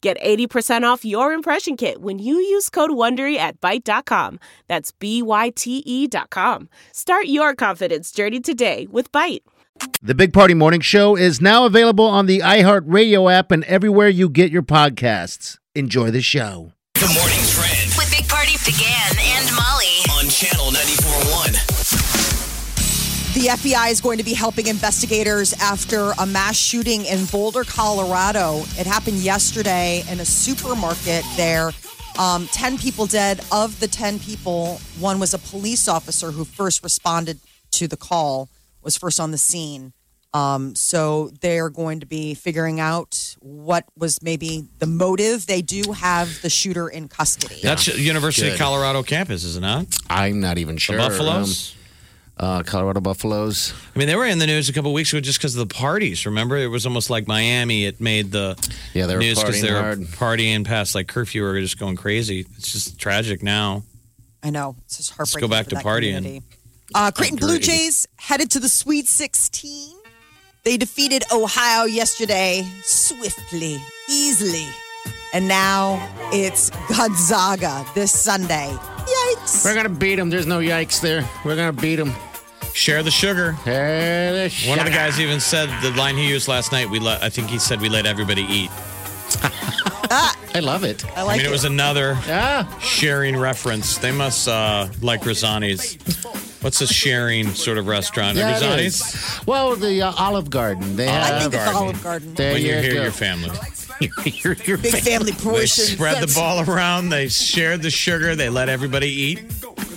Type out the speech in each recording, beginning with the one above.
Get 80% off your impression kit when you use code WONDERY at Byte.com. That's B-Y-T-E E dot com. Start your confidence journey today with Byte. The Big Party Morning Show is now available on the iHeartRadio app and everywhere you get your podcasts. Enjoy the show. Good morning, Trend With Big Party began and Molly. on Channel 94.1. The FBI is going to be helping investigators after a mass shooting in Boulder, Colorado. It happened yesterday in a supermarket there. Um, 10 people dead. Of the 10 people, one was a police officer who first responded to the call, was first on the scene. Um, so they're going to be figuring out what was maybe the motive. They do have the shooter in custody. That's University of Good. Um, Colorado campus, is it not? I'm not even sure. Buffaloes. Um, uh, Colorado Buffaloes. I mean, they were in the news a couple weeks ago just because of the parties. Remember, it was almost like Miami. It made the Yeah, they were news because partying they were hard. partying past like curfew or just going crazy. It's just tragic now. I know. It's just heartbreaking. go back for to that partying. community. Uh, Creighton Blue Jays headed to the Sweet 16. They defeated Ohio yesterday swiftly, easily. And now it's Gonzaga this Sunday. Yikes. We're gonna beat them. There's no yikes there. We're gonna beat them. Share the sugar. One of the guys even said the line he used last night. We let, I think he said we let everybody eat. I love it. I I like mean, it it. was another Ah, sharing reference. They must uh, like Rosani's. What's a sharing sort of restaurant? yeah, it Rosani's. is. Well, the uh, Olive Garden. They I have. think it's Garden. Olive Garden. There When you you hear go. your family. You're- you're- Big family They portions. spread the ball around. They shared the sugar. They let everybody eat.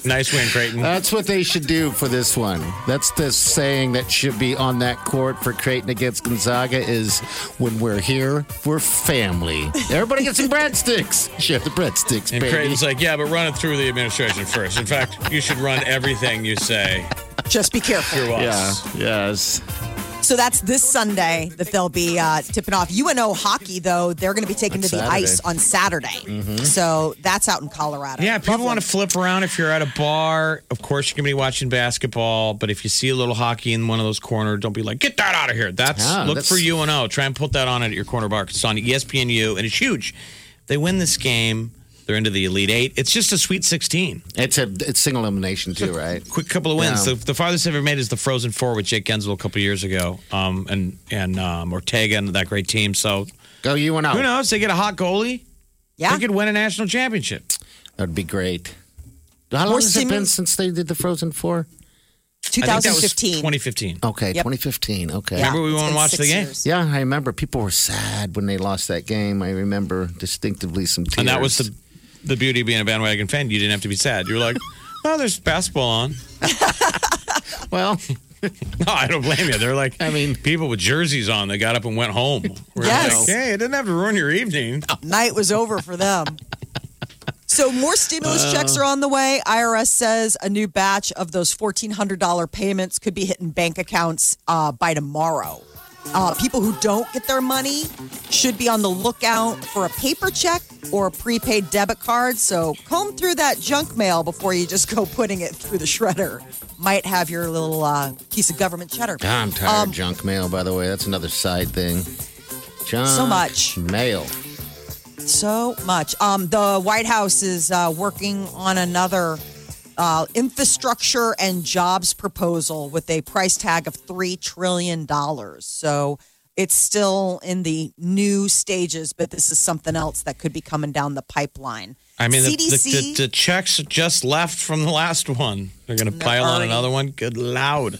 Nice win, Creighton. That's what they should do for this one. That's the saying that should be on that court for Creighton against Gonzaga is when we're here, we're family. Everybody get some breadsticks. Share the breadsticks, and baby. Creighton's like, yeah, but run it through the administration first. In fact, you should run everything you say Just be careful. through Yeah. us. Yes. So that's this Sunday that they'll be uh, tipping off. UNO hockey, though, they're going to be taken On to the Saturday. ice on Saturday. So that's out in Colorado. Mm-hmm. Yeah, people Lovely. want to flip around if you're at a bar. Of course, you can be watching basketball, but if you see a little hockey in one of those corner, don't be like, get that out of here. That's Yeah, look that's- for UNO. Try and put that on it at your corner bar. 'cause It's on E ESPNU, and it's huge. They win this game. They're into the Elite Eight. It's just a Sweet 16. It's a it's single elimination too, right? quick couple of wins. Yeah. The, the farthest I've ever made is the Frozen Four with Jake Gensel a couple of years ago, um, and and um, Ortega and that great team. So Go you and who I. knows? They get a hot goalie, Yeah. they could win a national championship. That'd be great. How long Or has it been Simmons. since they did the Frozen Four? I think that was 2015. 2015. Okay, Yep. 2015. Okay. Yeah, Remember we it's went and been watched six the game? years. Yeah, I remember people were sad when they lost that game. I remember distinctively some tears. And that was the the beauty of being a bandwagon fan. You didn't have to be sad. You were like, oh, there's basketball on. well. No, I don't blame you. They're like, I mean- people with jerseys on. They got up and went home. We're Yes. like, hey, it didn't have to ruin your evening. night was over for them. So more Uh. stimulus checks are on the way. IRS says a new batch of those fourteen hundred dollar payments could be hitting bank accounts uh, by tomorrow. Uh, people who don't get their money should be on the lookout for a paper check or a prepaid debit card. So comb through that junk mail before you just go putting it through the shredder. Might have your little uh, piece of government cheddar. God, I'm tired Um, of junk mail, by the way. That's another side thing. Junk much. mail. so much. Um, the White House is uh, working on another uh, infrastructure and jobs proposal with a price tag of three trillion dollars. So it's still in the new stages, but this is something else that could be coming down the pipeline. I mean, the, CDC. the, the, the checks just left from the last one. They're going to pile on already- another one. Good loud.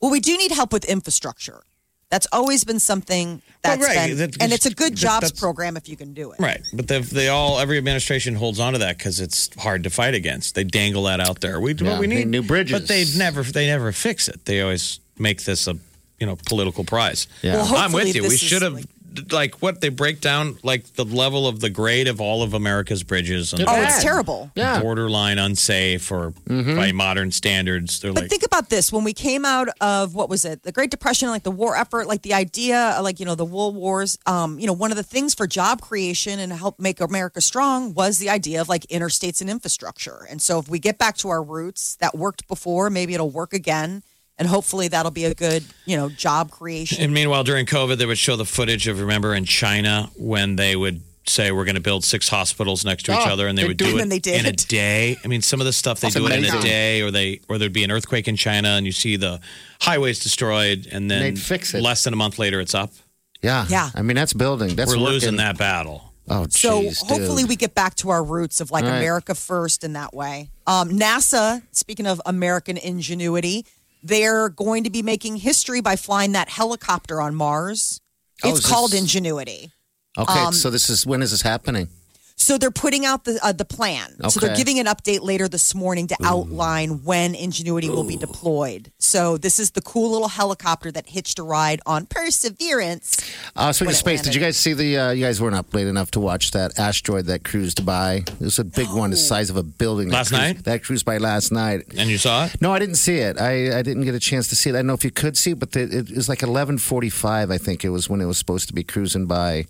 well, we do need help with infrastructure. That's always been something Well, that's right. been, That- and it's a good that- jobs that's- program if you can do it. Right, but they they all every administration holds on to that because it's hard to fight against. They dangle that out there. We do what Yeah, we they need new bridges. but they never they never fix it. They always make this a you know political prize. Yeah. Well, I'm with hopefully you. this We is should have like- like what they break down like the level of the grade of all of America's bridges and Oh, like, it's terrible. Yeah. borderline unsafe or Mm-hmm. by modern standards. They're But like think about this: when we came out of what was it, the Great Depression, like the war effort, like the idea, like you know, the world wars. Um, you know, one of the things for job creation and help make America strong was the idea of like interstates and infrastructure. And so, if we get back to our roots, that worked before, maybe it'll work again, and hopefully, that'll be a good you know job creation. And meanwhile, during COVID, they would show the footage of remember in China when they would say we're going to build six hospitals next to each Oh, other, and they they would do do it. it And they did. in a day. I mean, some of the stuff they That's do it in amazing. a day, or they or there'd be an earthquake in China, and you see the highways destroyed, and then They'd fix it. Less than a month later, it's up. Yeah. Yeah. I mean, that's building. That's we're losing working. that battle. Oh, So jeez, hopefully dude. we get back to our roots of like All right. America first in that way. Um, NASA, speaking of American ingenuity, they're going to be making history by flying that helicopter on Mars. Oh, It's is this- called ingenuity. Okay, um, so this is when is this happening? So they're putting out the uh, the plan. So they're Okay. giving an update later this morning to outline when Ingenuity will be deployed. So this is the cool little helicopter that hitched a ride on Perseverance. Uh, speaking When of it space, did you guys see the? Uh, you guys weren't up late enough to watch that asteroid that cruised by. It was a big one, the size of a building. that Last cruised- night? that cruised by last night. And you saw it? No, I didn't see it. I, I didn't get a chance to see it. I don't know if you could see, it, but the, it was like eleven forty-five. I think it was when it was supposed to be cruising by.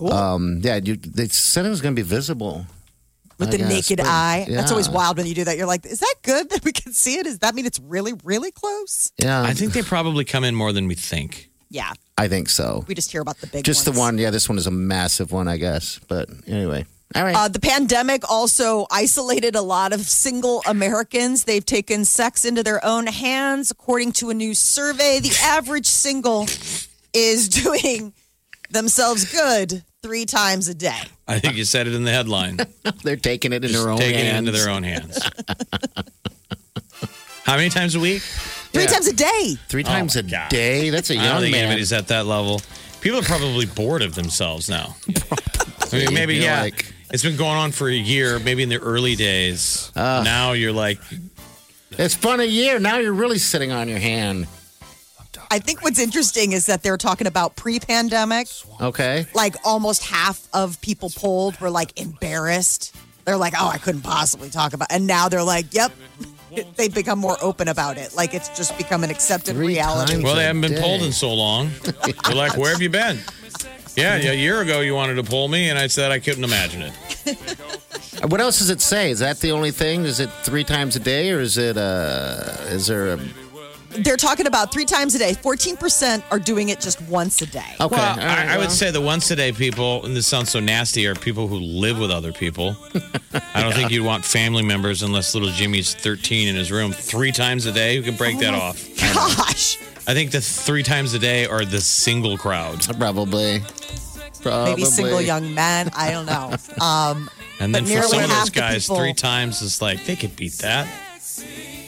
Um, yeah, you, they said it was going to be visible. with I the guess, naked but- eye. That's always yeah. wild when you do that. You're like, is that good that we can see it? Does that mean it's really, really close? Yeah, I think they probably come in more than we think. Yeah, I think so. we just hear about the big. Just ones. the one. Yeah, this one is a massive one, I guess. But anyway, all right. Uh, the pandemic also isolated a lot of single Americans. They've taken sex into their own hands. According to a new survey, the average single is doing themselves good three times a day. I think you said it in the headline. They're taking it in Just their own taking hands. it into their own hands. How many times a week? Three Yeah. times a day. Three times Oh my a God. day. That's a I don't young think man. anybody's at that level. People are probably bored of themselves now. I mean, maybe You're yeah. like- it's been going on for a year. Maybe in the early days. Ah. now you're like, It's fun a year. Now you're really sitting on your hand. I think what's interesting is that they're talking about pre-pandemic. Okay. like almost half of people polled were like embarrassed. They're like, oh, I couldn't possibly talk about, and now they're like, yep. They've become more open about it. Like it's just become an accepted Three reality. times. well, they haven't been Day. pulled in so long. They're like, where have you been? Yeah, a year ago you wanted to pull me, and I said I couldn't imagine it. What else does it say? Is that the only thing? Is it three times a day, or is it? Uh, is there a? They're talking about three times a day. Fourteen percent are doing it just once a day. Okay. Well, all I, right, I would well. say the once a day people, and this sounds so nasty, are people who live with other people. I don't think you'd want family members unless little Jimmy's 13 in his room three times a day. You can Oh, break that off. Gosh, I think the three times a day are the single crowd. probably. Probably. maybe single young men. I don't know. Um, And then But for nearly some of half those the guys, people- three times is like, they could beat that.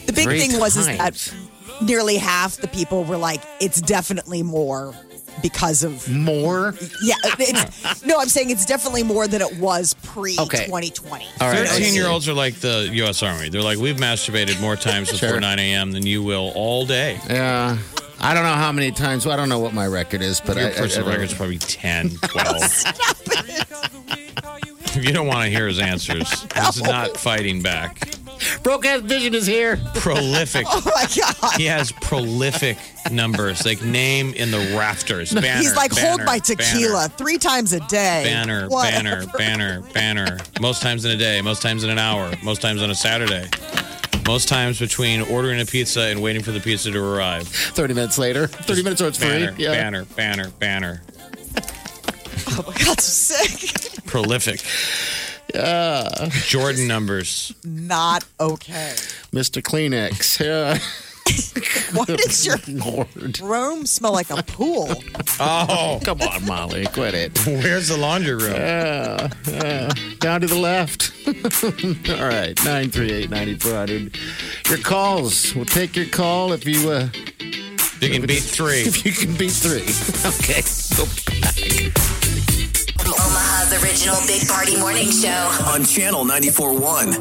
the big Three thing was is that times. nearly half the people were like, it's definitely more because of More. yeah. It's, no, I'm saying it's definitely more than it was pre Okay. 2020. All right. I 13 see. year olds are like the U.S. Army. They're like, we've masturbated more times before Sure. 9 a.m. than you will all day. Yeah. I don't know how many times. Well, I don't know what my record is, but Your I, I- personal I- record's probably 10, 12. you don't want to hear his answers. This is not fighting back. Broke ass vision is here. Prolific. Oh my god. He has prolific numbers, like name in the rafters. Banner, He's like, hold banner, my tequila three times a day. Banner, What? banner, banner, banner. Most times in a day, most times in an hour, most times on a Saturday, most times between ordering a pizza and waiting for the pizza to arrive. Thirty minutes later. Thirty minutes or it's free. Banner, banner, banner, banner. Oh my god, so sick. Prolific. Yeah. Jordan numbers. Not okay. Mr. Kleenex. Yeah. Why does your Lord. room smell like a pool? Oh, Come on, Molly. Quit it. where's the laundry room? Uh, Down to the left. All right, 938 9400. Your calls. We'll take your call if you uh, You can beat three. if you can beat three. Okay. Go back. Omaha's original Big Party Morning Show. on Channel 94.1.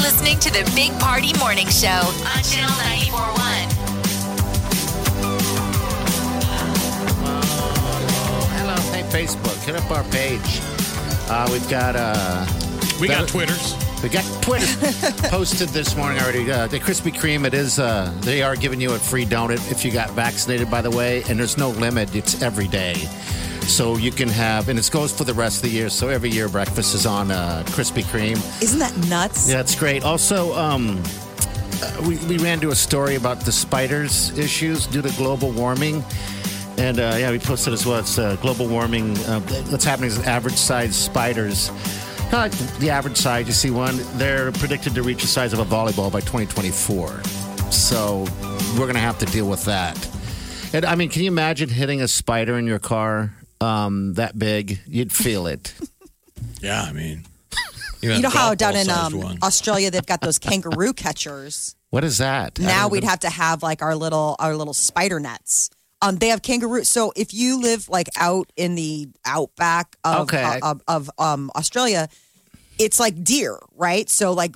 listening to the Big Party Morning Show on Channel 941. Hello. Hey, Facebook, hit up our page. Uh, we've got uh, We That- got Twitters. we got Twitter posted this morning already. Uh, the Krispy Kreme, it is. Uh, they are giving you a free donut if you got vaccinated, by the way. And there's no limit. It's every day. So you can have, and it goes for the rest of the year. So every year, breakfast is on uh, Krispy Kreme. Isn't that nuts? Yeah, it's great. Also, um, uh, we, we ran to a story about the spiders issues due to global warming. And uh, yeah, we posted as well. It's uh, global warming. Uh, what's happening is average sized spiders, kind of like the average size, you see one, they're predicted to reach the size of a volleyball by 2024. So we're going to have to deal with that. And I mean, can you imagine hitting a spider in your car um, that big? You'd feel it. Yeah, I mean, You know how down in um, Australia they've got those kangaroo catchers. What is that? I Now don't we'd even- have to have like our little our little spider nets. Um, they have kangaroo. So if you live like out in the outback of Okay. of, of um, Australia, it's like deer, right? So like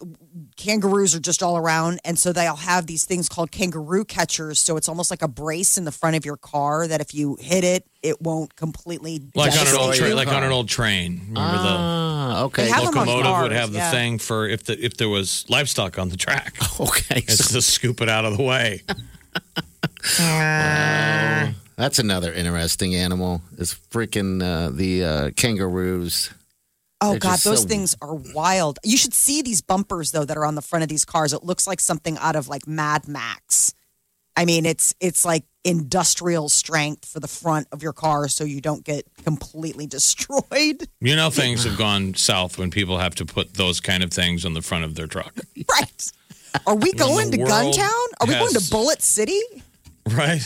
kangaroos are just all around, and so they'll have these things called kangaroo catchers. So it's almost like a brace in the front of your car that if you hit it, it won't completely like on an devastate old you. train, like on an old train. Remember Ah, okay. They the have them on locomotive would cars, have the yeah. thing for if the if there was livestock on the track. Okay. It's to scoop it out of the way. That's another interesting animal. It's freaking uh, the uh, kangaroos. Oh They're God, just those so- things are wild. You should see these bumpers though that are on the front of these cars. It looks like something out of like Mad Max. I mean, it's it's like industrial strength for the front of your car, so you don't get completely destroyed. You know, things have gone south when people have to put those kind of things on the front of their truck, Right? Are we going the to Guntown? world Are we going has- to Bullet City? right?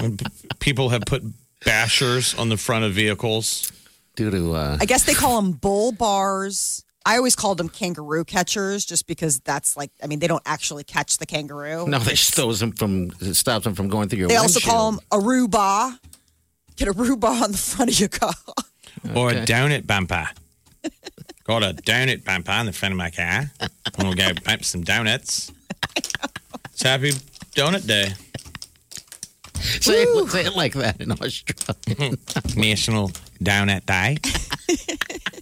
when p- people have put bashers on the front of vehicles. Due to uh, I guess they call them bull bars. I always called them kangaroo catchers, just because that's like. I mean, they don't actually catch the kangaroo. no, they stops them from it stops them from going through your. They also windshield. call them Aruba. Get Aruba on the front of your car. Or a donut bumper. Got a donut bumper in the front of my car. I'm gonna go bump some donuts. It's happy donut day. Say it, say it like that in Australia. National Donut Day.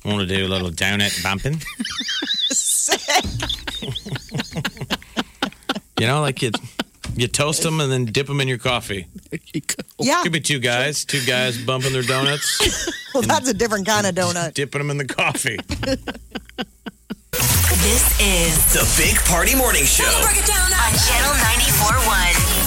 Want to do a little donut bumping? You know, like you you toast them and then dip them in your coffee. There you go. Yeah. Could be two guys, two guys bumping their donuts, Well, that's a different kind of donut. dipping them in the coffee. This is The Big Party Morning Show. on Channel 941.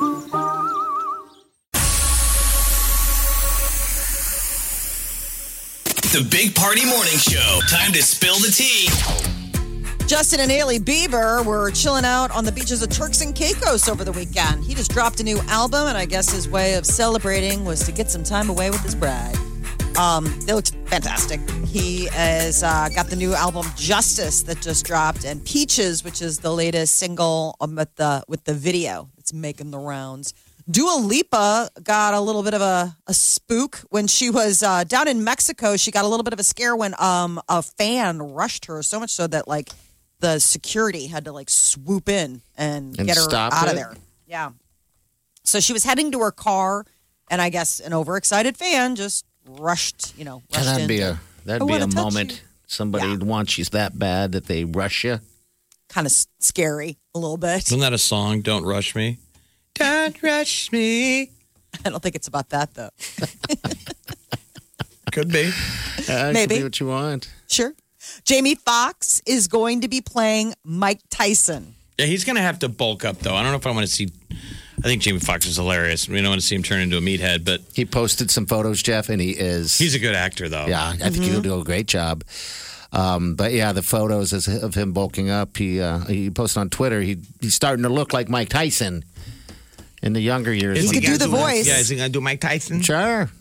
The Big Party Morning Show. Time to spill the tea. Justin and Haley Bieber were chilling out on the beaches of Turks and Caicos over the weekend. He just dropped a new album, and I guess his way of celebrating was to get some time away with his bride. Um, they looked fantastic. He has uh, got the new album Justice that just dropped, and Peaches, which is the latest single um, with the with the video. It's making the rounds. Dua Lipa got a little bit of a, a spook when she was uh, down in Mexico. She got a little bit of a scare when um, a fan rushed her so much so that like the security had to like swoop in and, And get her stop out of it? there. Yeah. So she was heading to her car, and I guess an overexcited fan just rushed, you know, rushed That'd in. be a that'd I be wanna a Oh, touch moment you. somebody wants you that bad that they rush you. kind of scary a little bit. Isn't that a song? Don't rush me. Don't rush me. I don't think it's about that though. Could be. Uh, Maybe. be what you want. Sure. Jamie Foxx is going to be playing Mike Tyson. Yeah, he's gonna have to bulk up though. I don't know if I want to see. I think Jamie Foxx is hilarious. We don't want to see him turn into a meathead, but He posted some photos, Jeff, and he is. he's a good actor though. yeah, I think he'll do a great job. Um, but yeah, the photos is of him bulking up. He uh, he posted on Twitter. He he's starting to look like Mike Tyson in the younger years. Is He could do gonna the voice. Yeah, is he gonna do Mike Tyson? sure. Yeah.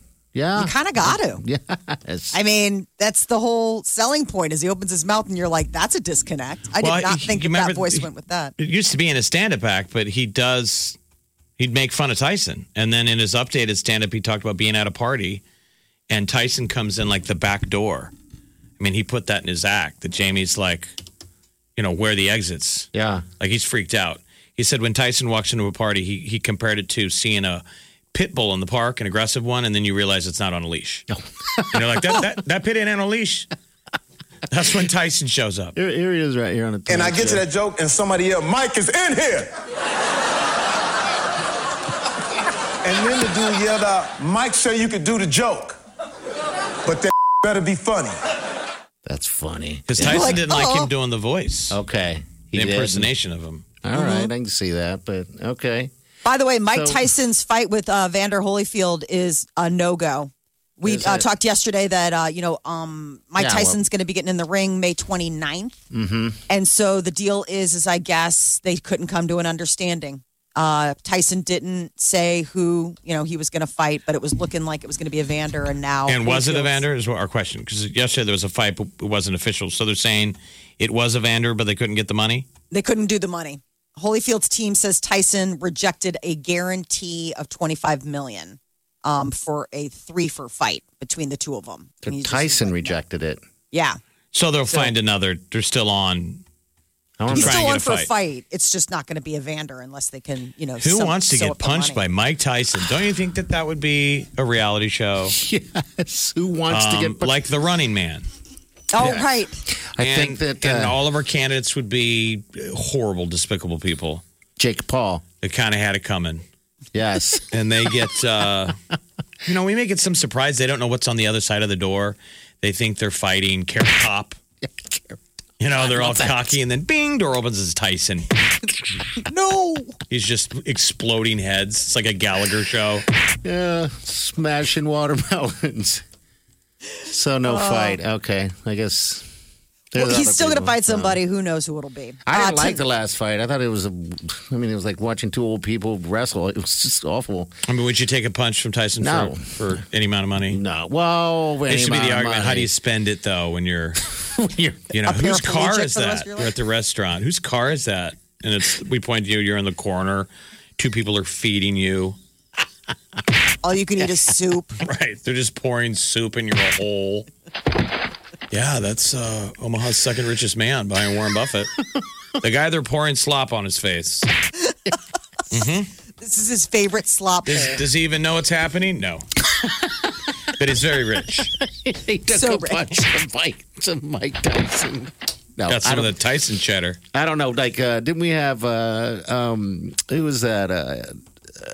You kind of got to. Yes. I mean, that's the whole selling point. Is he opens his mouth and you're like, "That's a disconnect." I Well, did not you think that, remember- that voice went with that. It used to be in a stand-up act, but he does. He'd make fun of Tyson, and then in his updated stand-up, he talked about being at a party, and Tyson comes in like the back door. I mean, he put that in his act. That Jamie's like, you know, where are the exits. yeah. Like he's freaked out. He said when Tyson walks into a party, he, he compared it to seeing a pit bull in the park, an aggressive one, and then you realize it's not on a leash. and you're like, that, that, that pit ain't on a leash. That's when Tyson shows up. Here, here he is right here on the And I get to that joke, and somebody yelled, Mike is in here. and then the dude yelled out, Mike said you could do the joke, but that better be funny. That's funny. Because Tyson Like, didn't like uh-oh. him doing the voice, Okay. oh. He the did. impersonation of him. All right, Mm-hmm. I can see that, but okay. By the way, Mike So- Tyson's fight with uh, Vander Holyfield is a no go. We Is uh, it? talked yesterday that uh, you know um, Mike Yeah, well- Tyson's going to be getting in the ring May 29th, mm-hmm. and so the deal is, is I guess they couldn't come to an understanding. Uh, Tyson didn't say who you know he was going to fight, but it was looking like it was going to be Evander, and Oh, now And was it Holyfield's- Evander? Is what our question. Because yesterday there was a fight, but it wasn't official. So they're saying it was Evander, but they couldn't get the money. They couldn't do the money. Holyfield's team says Tyson rejected a guarantee of 25 million um, for a three for fight between the two of them. So And he's just Tyson like, rejected it. yeah. So they'll find another. They're still on. I don't He's know. trying still to on get a for a fight. fight. It's just not going to be Evander unless they can, you know. Who wants to get punched by Mike Tyson? Don't you think that that would be a reality show? Yes, who wants to Um, get? like the running man. Oh, right. I think And- that and uh, all of our candidates would be horrible, despicable people Jake Paul. that kind of had it coming, Yes, and they get uh, you know we may get some surprise. They don't know what's on the other side of the door. They think they're fighting Carrot Top. You know they're all cocky, and then Bing door opens. It's Tyson. No. He's just exploding heads. It's like a Gallagher show. yeah, smashing watermelons. So no fight. Okay, I guess. Uh, Well, there's he's other still going to people. fight somebody. Who knows who it'll be? I didn't Uh, like Tim- the last fight. I thought it was a. I mean, it was like watching two old people wrestle. It was just awful. I mean, would you take a punch from Tyson No. for, for any amount of money? No, well, It should be the argument. How do you spend it though when you're, you know, A whose car paraplegic is for the rest that? of your You're at the restaurant. Whose car is that? And it's we point to you. You're in the corner. Two people are feeding you. All you can eat is soup. Right. They're just pouring soup in your hole. Yeah, that's uh, Omaha's second richest man behind Warren Buffett. the guy they're pouring slop on his face. this is his favorite slop. Does, does he even know what's happening? No. but he's very rich. He took So a rich. punch from Mike, to Mike Tyson. No, Got Oh, I some of don't- the Tyson cheddar. I don't know. Like, uh, didn't we have? Uh, um, who was that? Uh,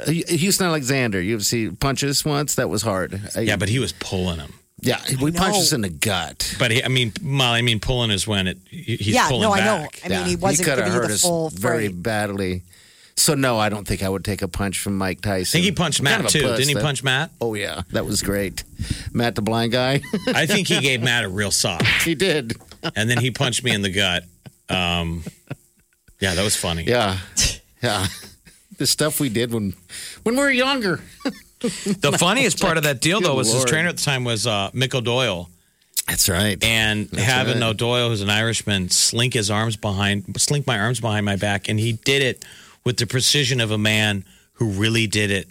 uh, Houston Alexander. UFC punches once. That was hard. I- Yeah, but he was pulling him. yeah, we punched us in the gut. But he, I mean, Molly, I mean, pulling is when it he- he's yeah, pulling no, I back. know. I mean, he wasn't coulda giving you hurt the us full very fight. badly. So no, I don't think I would take a punch from Mike I Tyson. think he punched Kind Matt of a too. puss, Didn't he that- punch Matt? Oh yeah, that was great. Matt, the blind guy, I think he gave Matt a real sock, he did. and then he punched me in the gut. Um, yeah, that was funny. Yeah, yeah. The stuff we did when when we were younger. The funniest part of that deal though Good was his Lord. trainer at the time was uh, Mick Doyle, That's right. and having right. O'Doyle, who's an Irishman, slink his arms behind, slink my arms behind my back, and he did it with the precision of a man who really did it,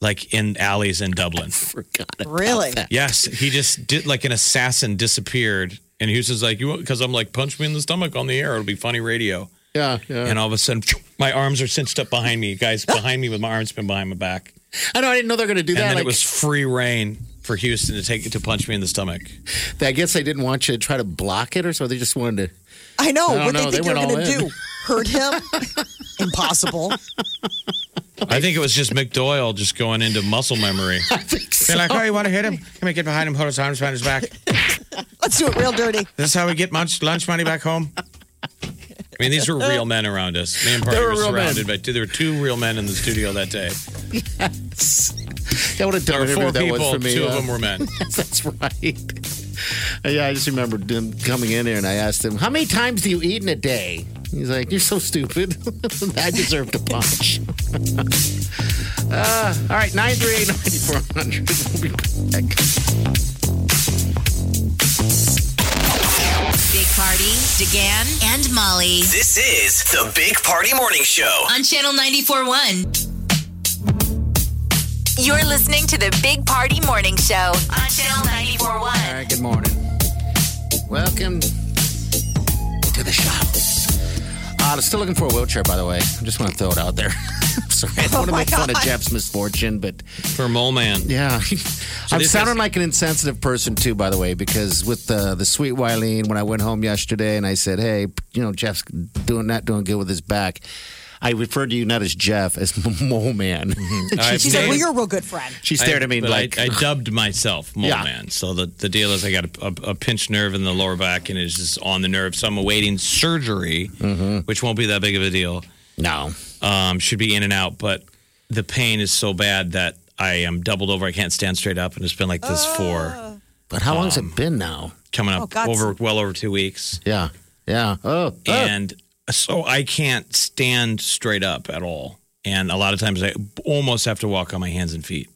like in alleys in Dublin. forgot. it. Really? Yes, he just did like an assassin disappeared, and Houston's like, "You," because I'm like, punch me in the stomach on the air. It'll be funny radio. Yeah, yeah. And all of a sudden, my arms are cinched up behind me. Guys behind me with my arms been behind my back, I know. I didn't know they were going to do and that. then like, it was free reign. for Houston to take to punch me in the stomach. I guess they didn't want you to try to block it or so. They just wanted to. I know. I don't what know. they think They they are went going to all in. do? Hurt him? Impossible. I think it was just McDoyle just going into muscle memory. I think so. They're like, oh, you want to hit him? Come here, get behind him, hold his arms behind his back. Let's do it real dirty. This is how we get lunch, lunch money back home. I mean, these were real men around us. Me and Party They were were real surrounded by there were two real men in the studio that day. That would have There done were whatever four that was people, for me. two of uh, them were men. That's right. yeah, I just remember him coming in there and I asked him, How many times do you eat in a day? He's like, You're so stupid. I deserve to punch. uh, all right, 938 9400. We'll be back. Big Party, DeGan, and Molly This is the Big Party Morning Show. on Channel 94.1. You're listening to the Big Party Morning Show on Channel 94.1. All right, good morning. Welcome to the shop. Uh, I'm still looking for a wheelchair, by the way. I just want to throw it out there. I'm Sorry, I don't want to Oh my make fun of God. Jeff's misfortune, but For Mole Man. yeah. I'm this sounding is- like an insensitive person, too, by the way, because with the, the sweet Wileen, when I went home yesterday and I said, hey, you know, Jeff's doing not doing good with his back, I referred to you not as Jeff, as Mole Man. Mm-hmm. I've She said, named- Well, you're a real good friend. she stared at me but like, I, I dubbed myself Mole Yeah. Man. So the, the deal is I got a, a, a pinched nerve in the lower back and it's just on the nerve. So I'm awaiting surgery, Mm-hmm. which won't be that big of a deal. no. Um, should be in and out, but the pain is so bad that I am doubled over. I can't stand straight up, and it's been like this for But how long has Um, it been now? coming Oh, up God. over well over two weeks, Yeah. Yeah. Oh, oh. and so I can't stand straight up at all. And a lot of times I almost have to walk on my hands and feet.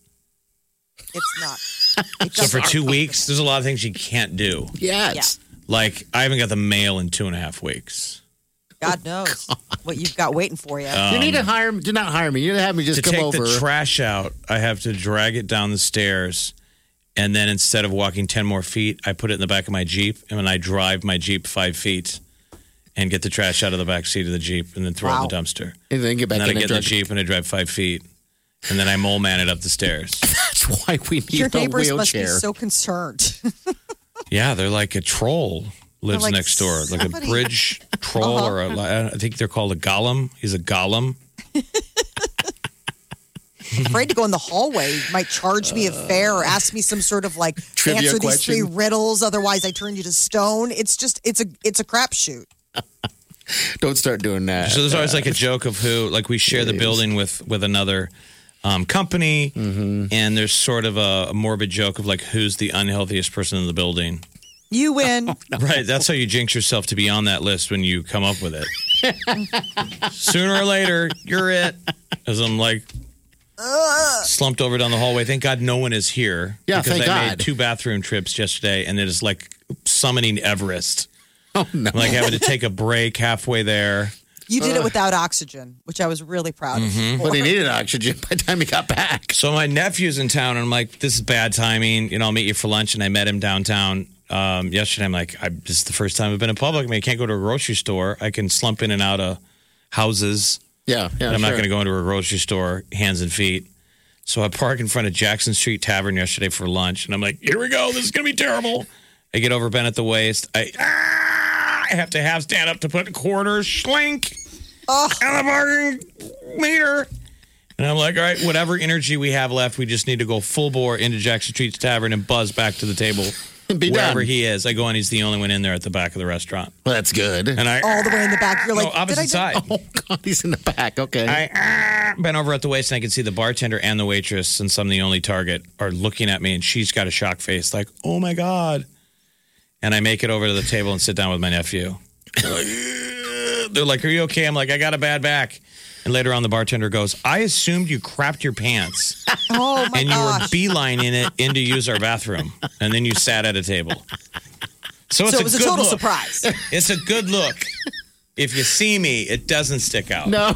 It's not. It So for doesn't- two weeks, there's a lot of things you can't do. yes. Yeah. Like I haven't got the mail in two and a half weeks. God knows what you've got waiting for you. Uh, you need to hire me. Do not hire me. You need to have me just Um, to come take over. the trash out, I have to drag it down the stairs, and then instead of walking ten more feet, I put it in the back of my jeep, and then I drive my jeep five feet, and get the trash out of the back seat of the jeep, and then throw it in the Wow. dumpster. and then get back And then I in the get in the truck. jeep and I drive five feet, and then I mole man it up the stairs. That's why we need Your a neighbors must be wheelchair. so concerned. yeah, they're like a troll lives They're like next door, like somebody- Uh-huh. a bridge troll, or a, I think they're called a golem. He's a golem. Afraid to go in the hallway. You might charge me a Uh, fare or ask me some sort of like Trivia answer these three question. riddles, otherwise I turn you to stone. It's just it's a it's a crapshoot. Don't start doing that. So there's always like a joke of who, like we share the building with with another um, company, Mm-hmm. and there's sort of a, morbid joke of like who's the unhealthiest person in the building. Oh, You win. Right, that's how you jinx yourself to be on that list when you come up with it. Sooner or later, you're it. As I'm like slumped over down the hallway. Thank God no one is here. Yeah, because thank I God. made two bathroom trips yesterday, and it is like summoning Everest. oh no. Like having to take a break halfway there. You Uh. did it without oxygen, which I was really proud of. Mm-hmm. you but for. he needed oxygen by the time he got back. So my nephew's in town, and I'm like, this is bad timing. You know, I'll meet you for lunch, and I met him downtown um, yesterday. I'm like, I, this is the first time I've been in public. I mean, I can't go to a grocery store. I can slump in and out of houses. Yeah, yeah. and I'm not sure. going to go into a grocery store hands and feet. So I park in front of Jackson Street Tavern yesterday for lunch, and I'm like, here we go. This is going to be terrible. I get over bent at the waist. I ah, I have to have stand up to put quarters schlink Oh. on the parking meter. And I'm like, all right, whatever energy we have left, we just need to go full bore into Jackson Street's Tavern and buzz back to the table. Be wherever done. he is, I go and he's the only one in there at the back of the restaurant. Well, that's good. And I all the way in the back. You're Oh, like, no, did I opposite do- side. oh god, he's in the back. Okay. I ah, bent over at the waist and I can see the bartender and the waitress, since I'm the only target, are looking at me and she's got a shock face, like, oh my God. And I make it over to the table and sit down with my nephew. They're like, "Ugh." They're like, are you okay? I'm like, I got a bad back. And later on, the bartender goes, I assumed you crapped your pants Oh my and you were gosh. beelining it in to use our bathroom. And then you sat at a table. So it's so a it was a good total look. surprise. It's a good look. If you see me, it doesn't stick out. no,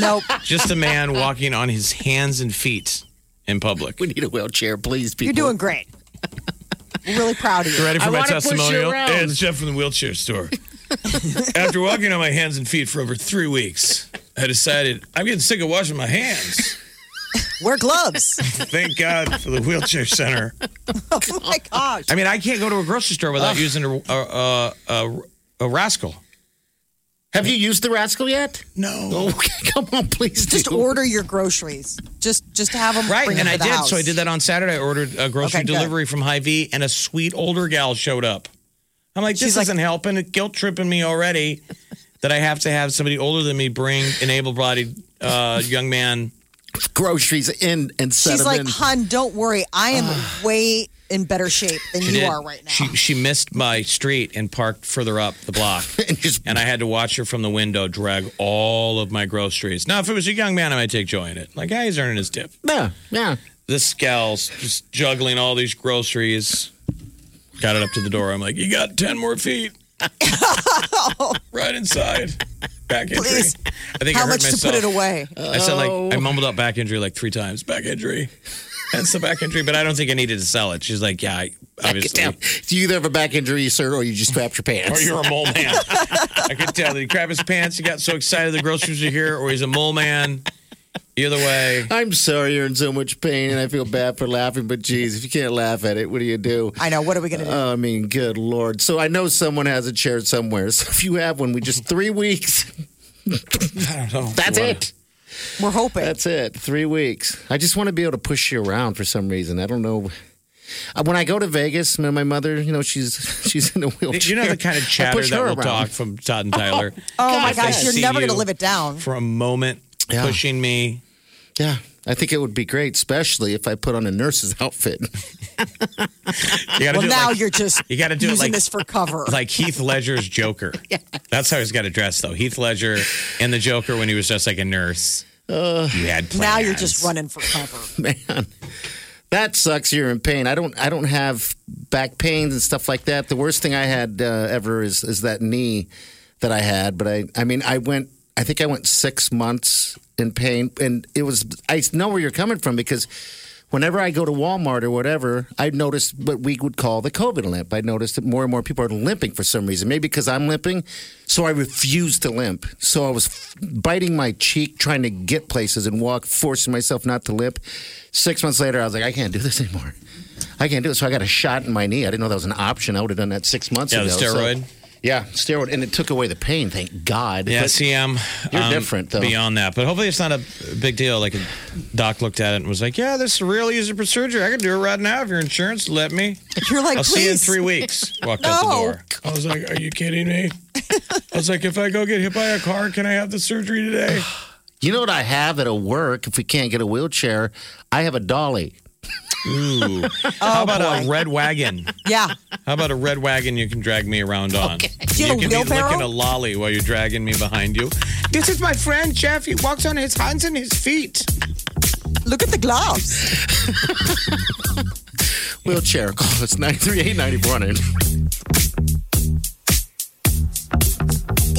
nope. Just a man walking on his hands and feet in public. we need a wheelchair, please, people. You're doing great. We're really proud of you. Ready for I my wanna push you testimonial? around. Hey, it's Jeff from the wheelchair store. After walking on my hands and feet for over three weeks, I decided I'm getting sick of washing my hands. Wear gloves. Thank God for the wheelchair center. oh my gosh. I mean, I can't go to a grocery store without using a, a, a, a, a rascal. Have you used the rascal yet? No. Okay, come on, please. Just do. order your groceries. Just just have them Right, bring and them I to the did. House. So I did that on Saturday. I ordered a grocery Okay, good. delivery from Hy-Vee, and a sweet older gal showed up. I'm like, this She's like- isn't helping. It's guilt tripping me already that I have to have somebody older than me bring an able-bodied uh, young man. groceries in and set She's them like, in. "Hun, don't worry. I am way in better shape than you did. are right Ah. now." She she missed my street and parked further up the block, and just and I had to watch her from the window drag all of my groceries. Now, if it was a young man, I might take joy in it. Like, yeah, he's earning his tip. yeah, yeah. this gal's just juggling all these groceries. Got it up to the door. I'm like, you got 10 more feet. right inside. Back injury. Please. I think How I hurt much myself. to put it Oh. away? I said, like, I mumbled out back injury like three times. Back injury. That's the back injury. But I don't think I needed to sell it. She's like, yeah, I, obviously. Damn. Do you either have a back injury, sir, or you just strapped your Or pants? you're a mole man. I could tell that he grabbed his pants. He got so excited the groceries are here, or he's a mole man. Either way. I'm sorry you're in so much pain, and I feel bad for laughing. But geez, if you can't laugh at it, what do you do? I know. What are we gonna do? Uh, Oh, I mean, good lord. So I know someone has a chair somewhere. So if you have one, we just three weeks. I don't know. That's it. We're hoping. That's it. Three weeks. I just want to be able to push you around for some reason. I don't know. Uh, When I go to Vegas, you know, my mother, you know, she's she's in a wheelchair. Do you know the kind of I chatter push that her will around. talk from Todd and Tyler? oh my If they gosh, you're see never you gonna live it down. For a moment, Yeah. pushing me. Yeah, I think it would be great, especially if I put on a nurse's outfit. You gotta Well, do it now like, you're just you gotta do it using like- this for cover. like Heath Ledger's Joker. That's how he's got to dress, though. Heath Ledger and the Joker when he was just like a nurse. you had plans. now you're just running for cover. Man, that sucks. You're in pain. I don't. I don't have back pains and stuff like that. The worst thing I had uh, ever is is that knee that I had. But I. I mean, I went. I think I went six months in pain, and it was. I know where you're coming from because. Whenever I go to Walmart or whatever, I noticed what we would call the COVID limp. I noticed that more and more people are limping for some reason. Maybe because I'm limping, so I refused to limp. So I was f- biting my cheek, trying to get places and walk, forcing myself not to limp. Six months later, I was like, I can't do this anymore. I can't do it. So I got a shot in my knee. I didn't know that was an option. I would have done that six months Yeah, ago. the So- steroid. yeah, steroid, and it took away the pain. Thank God. Yeah, But- see, I'm You're I'm different, though. Beyond that, but hopefully it's not a big deal. Like a doc looked at it and was like, "Yeah, this is a real user procedure. I can do it right now if your insurance will let me." You're like, I'll please. see you in three weeks. Walked out the No. door. I was like, Are you kidding me? I was like, If I go get hit by a car, can I have the surgery today? you know what I have that'll work if we can't get a wheelchair? I have a dolly. Ooh. Oh, How about a red wagon? Yeah. How about a red wagon you can drag me around on? Do you You have can a be wheelbarrow? licking a lolly while you're dragging me behind you. This is my friend Jeff. He walks on his hands and his feet. Look at the gloves. Wheelchair. Call us 938 9400.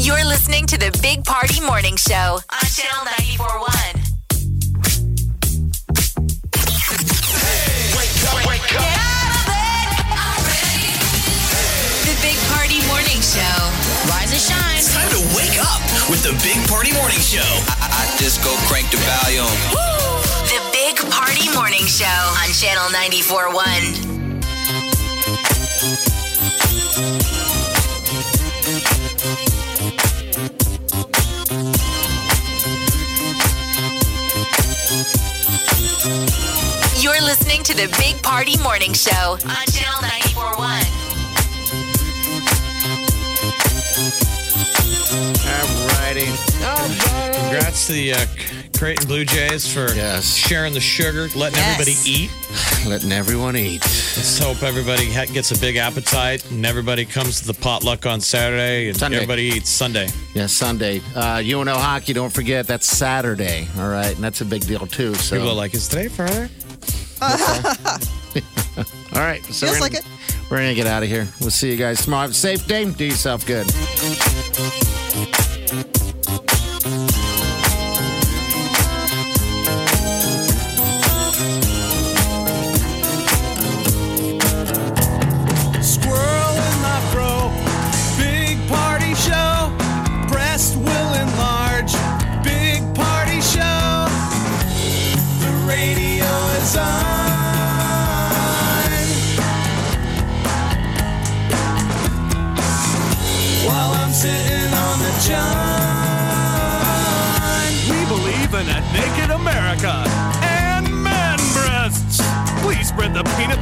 You're listening to the Big Party Morning Show on Channel 941. Get out of bed already. The Big Party Morning Show. Rise and shine. Time to wake up with the Big Party Morning Show. I just go crank the volume. The Big Party Morning Show on Channel 941. You're listening to the Big Party Morning Show on Channel 941. All righty. Congrats to the uh, Creighton Blue Jays for Yes. sharing the sugar, letting Yes. everybody eat. Letting everyone eat. Let's hope everybody ha- gets a big appetite and everybody comes to the potluck on Saturday and Sunday. everybody eats Sunday. Yeah, Sunday. Uh, UNO hockey, don't forget, that's Saturday. All right. And that's a big deal, too. So. People are like, is today Friday? All right. So Feels we're like gonna- it. We're going to get out of here. We'll see you guys tomorrow. Have a safe day. Do yourself good. Squirrel in my fro. Big party show. Breast will enlarge. Big party show. The radio. peanut